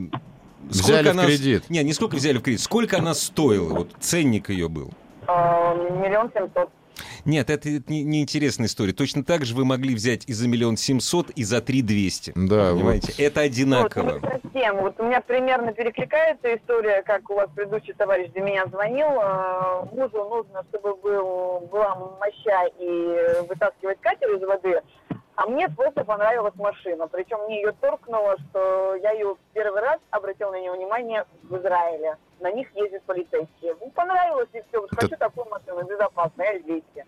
C: Взяли в
B: она с-
C: кредит.
B: Не, не сколько взяли в кредит, сколько она стоила, вот ценник ее был.
G: А, Миллион семьсот.
B: Нет, это, это не- неинтересная история. Точно так же вы могли взять и за миллион семьсот, и за три двести.
C: Да,
B: Понимаете, это
G: Вот, ну,
B: одинаково.
G: совсем. Вот у меня примерно перекликается история, как у вас предыдущий товарищ для меня звонил. Э, Мужу нужно, чтобы был, была моща и вытаскивать катер из воды. А мне просто понравилась машина. Причем мне ее торкнуло, что я ее первый раз обратил на нее внимание в Израиле. На них ездят полицейские. Ну, понравилось и все. Вот
C: Да-
G: хочу такую машину, безопасная, альбейте.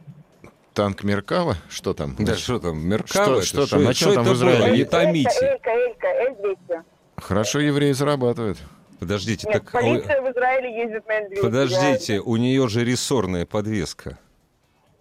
C: Танк Меркава? Что там?
B: Да что там, Меркава?
C: что там, на чем там в
B: было?
C: Израиле?
B: Не томите.
G: Элька, Элька, Элька, L200.
C: Хорошо, евреи зарабатывают.
B: Подождите,
G: Нет,
B: так... а у-
G: полиция в Израиле ездит на L200. я-
B: Подождите, у нее же рессорная подвеска.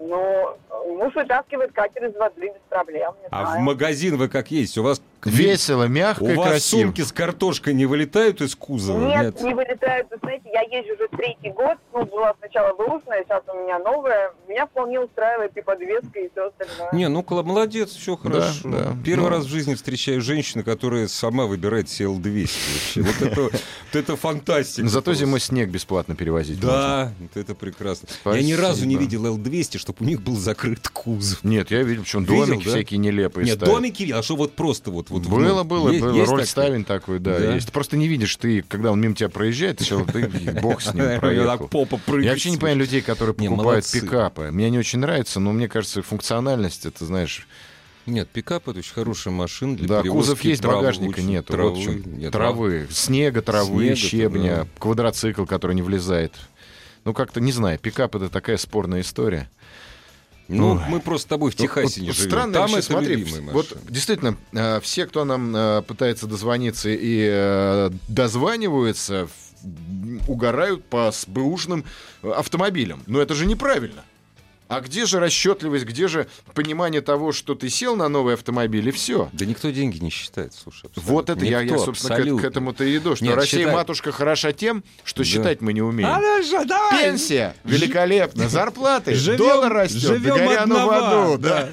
G: Ну, Муж вытаскивает катер из воды без проблем. не
B: А в
G: знаю.
B: магазин вы как есть? У вас
C: Весело, мягко
B: У
C: и
B: вас
C: красиво.
B: сумки с картошкой не вылетают из кузова?
G: Нет, не вылетают. Вы знаете, я езжу уже третий год. Ну, была сначала бэушная, сейчас у меня новая. Меня вполне устраивает и подвеска, и все остальное.
B: Не, ну кла- молодец, все хорошо.
C: да, Ну.
B: Первый
C: да.
B: раз в жизни встречаю женщину, которая сама выбирает себе L200 вообще. Вот это, вот это фантастика.
C: Зато
B: просто.
C: зимой снег бесплатно перевозить. можно.
B: Да, вот это прекрасно. Я ни
C: Спасибо.
B: разу не видел L200, чтобы у них был закрыт кузов.
C: Нет, я видел, причем
B: Видел,
C: домики
B: да?
C: всякие нелепые
B: Нет,
C: ставят.
B: домики, видел, а что вот просто вот... вот
C: было,
B: внутрь?
C: было,
B: Есть-
C: было.
B: есть
C: Роль
B: такое?
C: ставень такой, да,
B: Да.
C: есть. Ты просто не видишь, ты, когда он мимо тебя проезжает, ты всё, ты бог с ним
B: Наверное,
C: проехал.
B: так «А, попа прыгает.
C: Я вообще не понимаю людей, которые
B: Не,
C: покупают
B: молодцы.
C: пикапы. Мне не очень нравится, но мне кажется, функциональность, это, знаешь,
B: Нет, пикап это очень хорошая машина для
C: да,
B: перевозки
C: кузов есть,
B: травы,
C: багажника
B: очень-
C: нет.
B: Травы,
C: вот в чем.
B: нет,
C: травы, снега, травы,
B: Снега-то,
C: щебня,
B: да.
C: квадроцикл, который не влезает. Ну, как-то, не знаю, пикап — это такая спорная история.
B: Ну,
C: Ой.
B: мы просто с тобой в Техасе
C: Вот-
B: не
C: вот
B: живем.
C: Странно,
B: Там
C: вообще,
B: это
C: смотри,
B: любимая
C: вот
B: машина.
C: действительно, э, все, кто нам э, пытается дозвониться и э, дозваниваются, в- м, угорают по с- бэушным э, автомобилям. Но это же неправильно. А где же расчетливость, где же понимание того, что ты сел на новый автомобиль и все?
B: Да никто деньги не считает, слушай. абсолютно.
C: Вот это я, я,
B: Никто,
C: собственно, к- к,
B: абсолютно.
C: этому-то и иду, что
B: Нет,
C: Россия,
B: считай-
C: матушка, хороша тем,
B: Да.
C: что считать мы не умеем.
B: Хорошо, давай.
C: Пенсия великолепна, зарплаты, доллар растет,
B: живем
C: да горя оно в
B: одного,
C: аду, да.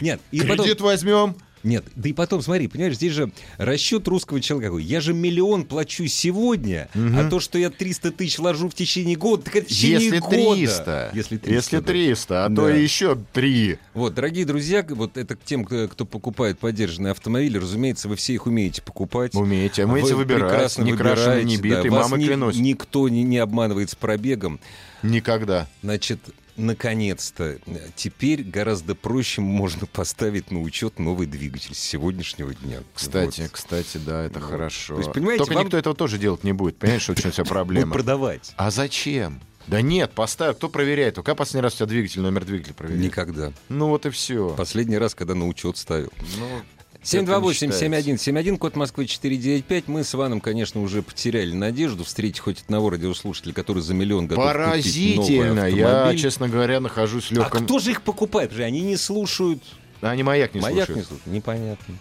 B: Нет, и потом,
C: Кредит возьмем.
B: нет, да и потом, смотри, понимаешь, здесь же расчет русского человека. какой. Я же миллион плачу сегодня, а то, что я 300 тысяч ложу в течение года, так это в течение
C: Если
B: года.
C: 300.
B: Если 300.
C: Если
B: да.
C: 300, а то
B: Да.
C: и еще 3.
B: Вот, дорогие друзья, вот это к тем, кто кто покупает подержанные автомобили, разумеется, вы все их умеете покупать.
C: Умеете, умеете
B: Вы
C: выбирать.
B: прекрасно
C: Не крашеный, не
B: выбираете, да.
C: битый,
B: Вас
C: мама
B: ни-
C: клянусь.
B: Никто не, не обманывает с пробегом.
C: Никогда.
B: Значит, наконец-то, э, теперь гораздо проще можно поставить на учет новый двигатель с сегодняшнего дня.
C: Кстати,
B: Вот.
C: кстати, да, это
B: Вот.
C: хорошо.
B: То есть, понимаете,
C: Только
B: вам-
C: никто этого тоже делать не будет. Понимаешь, что у тебя
B: Будут
C: проблема.
B: продавать.
C: А зачем? Да нет, поставь. Кто проверяет? Когда последний раз у тебя двигатель, номер двигателя проверяли?
B: Никогда.
C: Ну вот и все.
B: Последний раз, когда на учет ставил.
C: Ну,
B: 728-7171, код Москвы 495. Мы с Иваном, конечно, уже потеряли надежду встретить хоть одного радиослушателя, который за миллион готов купить новый
C: Поразительно. Я,
B: автомобиль.
C: честно говоря, нахожусь в
B: А
C: легком... А
B: кто же их покупает? Потому что Они не слушают.
C: Они маяк не
B: Маяк не
C: слушают.
B: слушают. Непонятно.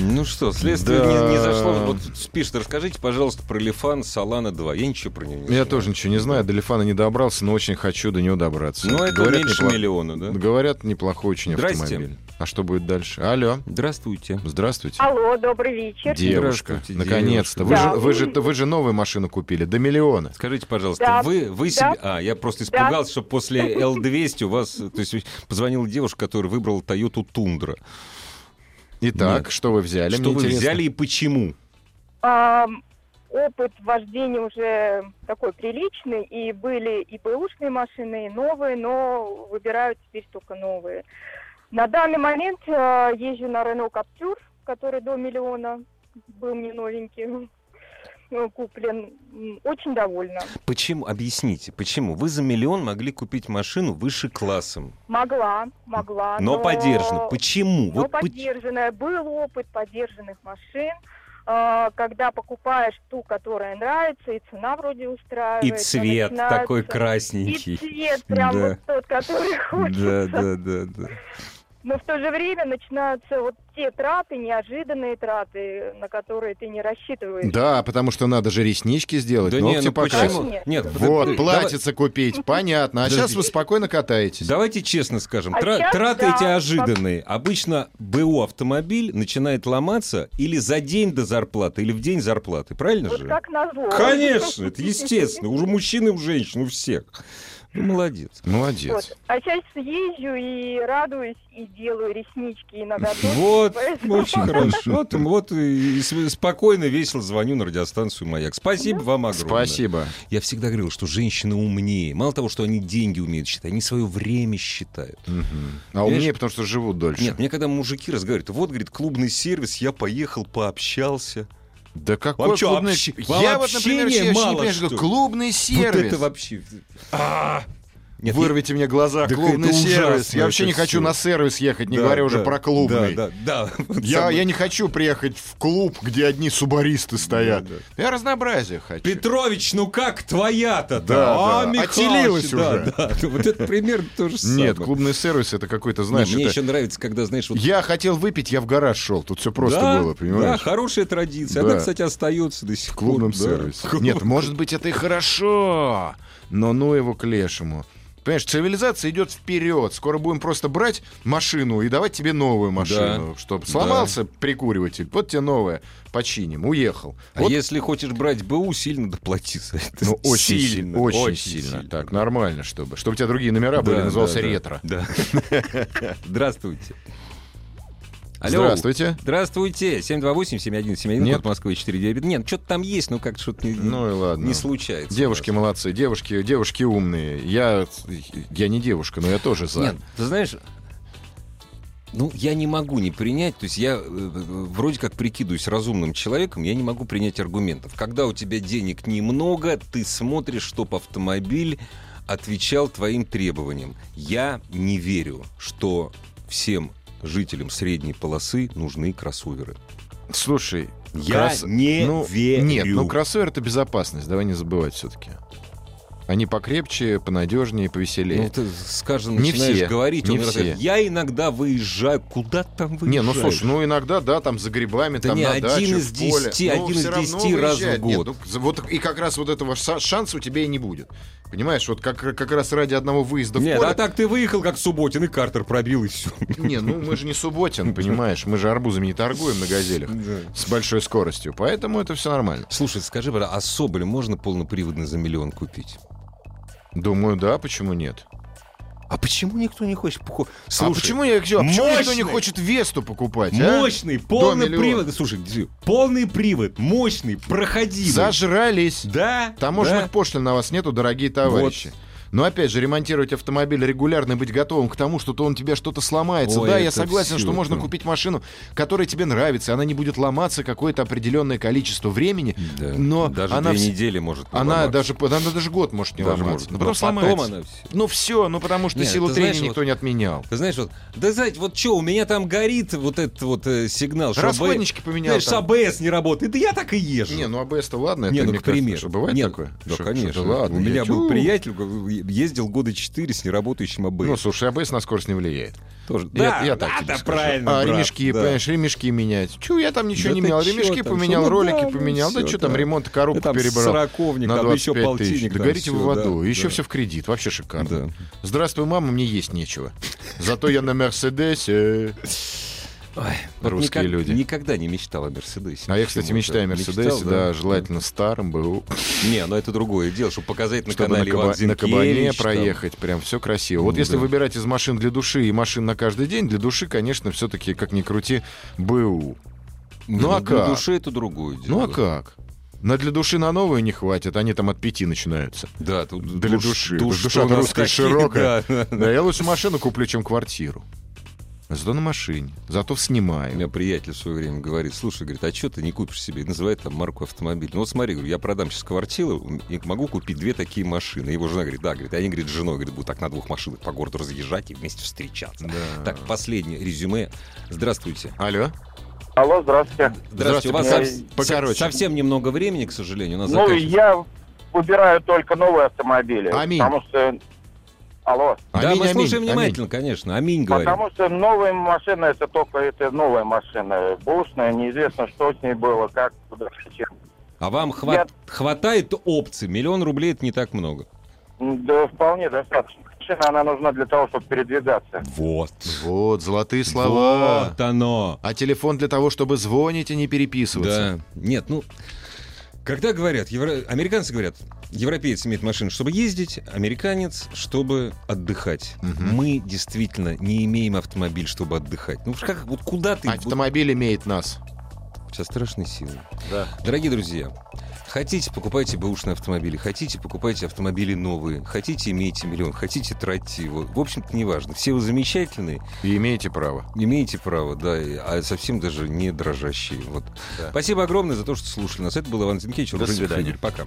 B: Ну что, следствие
C: Да.
B: не, не зашло. Вот спишет, расскажите, пожалуйста, про Лифан Салана 2. Я ничего про него не
C: Я
B: знаю.
C: тоже ничего не знаю. До Лифана не добрался, но очень хочу до него добраться.
B: Ну, это
C: Говорят,
B: меньше
C: непло-
B: миллиона, да?
C: Говорят, неплохой очень
B: Здрасте.
C: автомобиль. А что будет дальше? Алло,
B: Здравствуйте.
C: здравствуйте.
G: Алло, добрый вечер.
C: Девушка,
B: Здравствуйте,
C: наконец-то. Вы,
G: девушка.
C: же, вы, же, вы же новую машину купили, до миллиона.
B: Скажите, пожалуйста,
G: Да.
B: вы, вы
G: Да.
B: себе... А, я просто
G: Да.
B: испугался, что после L200 у вас... То есть позвонила девушка, которая выбрала Toyota Тундра.
C: Итак,
B: Нет.
C: что вы взяли?
B: Что
C: Мне
B: вы
C: интересно.
B: взяли и почему?
G: Ам, опыт вождения уже такой приличный, и были и бэушные машины, и новые, но выбирают теперь только новые. На данный момент э, езжу на Renault Captur, который до миллиона был мне новенький ну, куплен. М, Очень довольна.
B: Почему? Объясните, почему? Вы за миллион могли купить машину выше классом,
G: Могла, могла.
B: но, подержанную. Почему?
G: Но
B: Ну, Вот поч-
G: поддержанная. Был опыт поддержанных машин, а, когда покупаешь ту, которая нравится, и цена вроде устраивает.
B: И
G: но
B: цвет
G: начинаются-
B: такой
G: И
B: красненький.
G: цвет прям
B: Да.
G: вот тот, который
B: Да,
G: хочется.
B: да, да, да.
G: Но в то же время начинаются вот те траты, неожиданные траты, на которые ты не рассчитываешь.
C: Да, потому что надо же реснички сделать,
B: Да не,
C: ногти
B: ну
C: покрасить.
B: почему?
G: Нет.
B: Нет,
C: Вот,
B: да-
C: платьица купить, понятно. А
B: Подожди.
C: сейчас вы спокойно катаетесь.
B: Давайте честно скажем,
G: А
B: тра-
G: сейчас,
B: траты
G: да,
B: эти ожиданные. Обычно БУ автомобиль начинает ломаться или за день до зарплаты, или в день зарплаты, правильно
G: Вот
B: же?
G: как назло.
B: Конечно, это естественно. Уже мужчины, у женщин, у всех. Ну, молодец.
C: Молодец.
G: Вот. А сейчас езжу и радуюсь, и делаю реснички, и ноготочки.
B: Вот,
G: поэтому-
B: очень хорошо. Вот, вот и, с- спокойно, весело звоню на радиостанцию «Маяк». Спасибо вам огромное.
C: Спасибо.
B: Я всегда говорил, что женщины умнее. Мало того, что они деньги умеют считать, они свое время считают.
C: Мгм. А умнее, потому что живут дольше.
B: Нет, мне когда мужики разговаривают, вот, говорит, клубный сервис, я поехал, пообщался.
C: Да какой
B: Вам чё,
C: клубный...
B: общ-
C: Я
B: вам
C: вот, например,
B: общения
C: вообще не
B: мало,
C: понимаю,
B: что
C: что
B: ли?
C: клубный
B: Вот
C: сервис.
B: это вообще... А! Нет,
C: Вырвите мне глаза,
B: Так
C: клубный
B: это
C: сервис.
B: ужасно,
C: Я вообще
B: это
C: не хочу
B: всё.
C: на сервис ехать, не
B: Да,
C: говоря уже
B: да,
C: про клубный.
B: Да, да, да. Вот
C: Я,
B: самое.
C: я не хочу приехать в клуб, где одни субаристы стоят.
B: Да,
C: Я разнообразие хочу.
B: Петрович, ну как твоя-то?
C: Да,
B: а,
C: да.
B: Михалыч,
C: Отелилась
B: да,
C: уже.
B: да. Ну, Вот это примерно то же самое.
C: Нет, клубный сервис это какой-то,
B: Не,
C: знаешь,
B: Мне
C: это-
B: еще нравится, когда, знаешь, вот...
C: я хотел выпить, я в гараж шел. Тут все просто
B: Да,
C: было,
B: Да,
C: понимаешь?
B: хорошая традиция.
C: Да.
B: Она, кстати, остается до сих
C: в клубном
B: пор. да.
C: сервисе. Нет, может быть, это и хорошо, но ну его к лешему. Понимаешь, цивилизация идет вперед. Скоро будем просто брать машину и давать тебе новую машину. Чтобы сломался прикуриватель, вот тебе новая. Починим, уехал.
B: А
C: Вот
B: если хочешь брать БУ, сильно доплати за это.
C: Ну, очень сильно, Очень, сильно.
B: сильно.
C: Так, нормально, чтобы. Чтобы у тебя другие номера были,
B: Да,
C: назывался
B: да, да.
C: ретро.
B: Да. Здравствуйте. Алло.
C: Здравствуйте.
B: Здравствуйте. 728-7171,
C: Нет.
B: код Москвы 495. Нет, что-то там есть, но как-то что-то не,
C: Ну и ладно.
B: не случается.
C: Девушки
B: у
C: молодцы, девушки, девушки умные. Я, я не девушка, но я тоже за.
B: нас. Нет, ты знаешь... Ну, я не могу не принять, то есть я э, э, вроде как прикидываюсь разумным человеком, я не могу принять аргументов. Когда у тебя денег немного, ты смотришь, чтоб автомобиль отвечал твоим требованиям. Я не верю, что всем жителям средней полосы нужны кроссоверы.
C: Слушай,
B: Я
C: крас-
B: не
C: ну,
B: верю.
C: Нет, ну кроссовер это безопасность, давай не забывать все-таки. Они покрепче, понадежнее, повеселее.
B: Ну, ты с каждым
C: Не
B: начинаешь
C: все,
B: говорить,
C: не
B: он рассказывает,
C: все.
B: я иногда выезжаю, куда там выезжаешь?
C: Не, ну слушай, ну иногда, да, там за грибами,
B: Да
C: там
B: не,
C: на
B: один
C: даче,
B: из
C: в поле.
B: десяти,
C: Ну,
B: один
C: всё
B: из
C: равно
B: десяти раз в
C: выезжает. Нет,
B: год.
C: ну, за- вот, и как раз вот этого ша- шанса у тебя и не будет. Понимаешь, вот как, как раз ради одного выезда в
B: Нет,
C: поле.
B: а так ты выехал, как Субботин, и картер пробил, и все.
C: Не, ну мы же не субботин, понимаешь, мы же арбузами не торгуем на газелях с большой скоростью, поэтому это все нормально.
B: Слушай, скажи, брат, а Соболь можно полноприводно за миллион купить?
C: Думаю, да, почему нет?
B: А почему никто не хочет покупать?
C: а почему я а почему никто не
B: мощный!
C: хочет Весту покупать? а?
B: Мощный,
C: До
B: полный
C: миллиона.
B: привод. Слушай, ди- полный привод, мощный, проходимый.
C: Зажрались.
B: Да,
C: Таможенных
B: да.
C: пошлин на вас нету, дорогие товарищи. Но опять же, ремонтировать автомобиль регулярно и быть готовым к тому, что то он тебе что-то сломается.
B: Ой,
C: да, я
B: это
C: согласен,
B: всё,
C: что можно
B: да.
C: купить машину, которая тебе нравится, и она не будет ломаться какое-то определенное количество времени,
B: Да,
C: но
B: даже
C: она,
B: две
C: вс-
B: недели может не
C: она
B: ломаться.
C: даже она даже год может не
B: Даже
C: ломаться,
B: может.
C: но
B: Но
C: потом
B: потом
C: сломается.
B: она всё.
C: Ну все, ну потому что
B: Нет,
C: силу
B: ты
C: трения
B: знаешь,
C: никто
B: вот-
C: не отменял.
B: Ты знаешь, вот, да знаете, вот что, у меня там горит вот этот вот э, сигнал, что
C: Расходнички
B: АБС
C: поменял
B: знаешь,
C: там.
B: АБС не работает. Да я так и езжу.
C: Не, ну АБС-то ладно,
B: Не,
C: это
B: ну,
C: мне
B: к примеру.
C: кажется, что бывает
B: Нет,
C: такое?
B: Да,
C: Что-
B: конечно.
C: что-то ладно,
B: у меня
C: я-
B: был
C: Тю.
B: приятель, го- ездил года 4 с неработающим АБС.
C: Ну, слушай, АБС на скорость не влияет.
B: Тоже.
C: Я-
B: Да,
C: я так
B: да,
C: тебе
B: да,
C: скажу.
B: правильно,
C: А
B: брат,
C: ремешки,
B: да.
C: понимаешь, ремешки менять. Чу, я там ничего
B: Да
C: не
B: ты
C: менял.
B: чё
C: Ремешки
B: там,
C: поменял,
B: ну да,
C: ролики
B: ну
C: поменял. Да
B: всё,
C: что там,
B: да.
C: ремонт коробку
B: Да там
C: перебрал.
B: сороковник,
C: на
B: там ещё
C: 25
B: полтинник,
C: тысяч. Да
B: там
C: горите вы
B: всё,
C: в аду.
B: да,
C: еще
B: да.
C: все в кредит. Вообще шикарно.
B: Да.
C: Здравствуй, мама, мне есть нечего. Зато я на Мерседесе.
B: Ой, вот
C: Русские
B: никак-
C: люди.
B: Никогда не мечтал о Мерседесе.
C: А я, кстати,
B: Почему-то.
C: мечтаю о Мерседесе,
B: Мечтал,
C: да, желательно старым был.
B: Не, ну это другое дело, чтобы показать на
C: Чтобы на,
B: канале Иван
C: каба- на кабане
B: Зинкевич, там.
C: проехать, прям все красиво. Вот
B: Ну,
C: если
B: да.
C: выбирать из машин для души и машин на каждый день, для души, конечно, все-таки, как ни крути, БУ.
B: Не,
C: Ну, а
B: для
C: как?
B: души это другое дело.
C: Ну а как? На для души на новую не хватит, они там от пяти начинаются.
B: Да, тут
C: Для души.
B: душ-
C: Душа
B: что у нас
C: русская
B: такие,
C: широкая.
B: да.
C: Да, я лучше машину куплю, чем квартиру. Зато на машине, зато
B: У
C: снимаю.
B: меня приятель в свое время говорит, слушай, говорит, а что ты не купишь себе? И Называет там марку автомобиля. Ну вот смотри, говорю, я продам сейчас квартиру и могу купить две такие машины. Его жена говорит, да, говорит, а они, говорит, с женой, говорит, будут так на двух машинах по городу разъезжать и вместе встречаться. Так,
C: А.
B: последнее резюме. Здравствуйте.
C: Алло.
D: Алло, здравствуйте.
B: Здравствуйте. У вас
D: Здравствуйте.
B: совс-
C: Покороче.
B: со- совсем немного времени, к сожалению. У нас
D: Ну,
B: заканчивается.
D: я выбираю только новые автомобили.
C: Аминь.
D: Потому что... Алло.
B: Да,
C: Аминь,
B: мы
C: аминь,
B: слушаем
C: аминь.
B: внимательно, конечно. Аминь, говорит.
D: Потому что новая машина, это только это новая машина. Бушная, неизвестно, что с ней было, как, куда, зачем.
B: А вам хват- хватает опций? Миллион рублей это не так много.
D: М, Да, вполне достаточно. Машина, она нужна для того, чтобы передвигаться.
B: Вот.
C: Вот, золотые слова.
B: Вот оно.
C: А телефон для того, чтобы звонить и не переписываться.
B: Да. Нет, ну, когда говорят, евро- американцы говорят, европеец имеет машину, чтобы ездить, американец, чтобы отдыхать.
C: Мгм.
B: Мы действительно не имеем автомобиль, чтобы отдыхать. Ну, как, вот куда
C: А,
B: ты?
C: Автомобиль имеет нас.
B: Вот Со страшной силой. Дорогие друзья, хотите, покупайте бэушные автомобили, хотите, покупайте автомобили новые, хотите, имейте миллион, хотите, тратьте его. В общем-то, неважно. Все вы замечательные,
C: И имеете право.
B: Имеете право, да, и- а совсем даже не дрожащие. Вот. Спасибо огромное за то, что слушали нас. Это был Иван Зинкевич. Ружейник
C: свидания.
B: Игорь. Пока.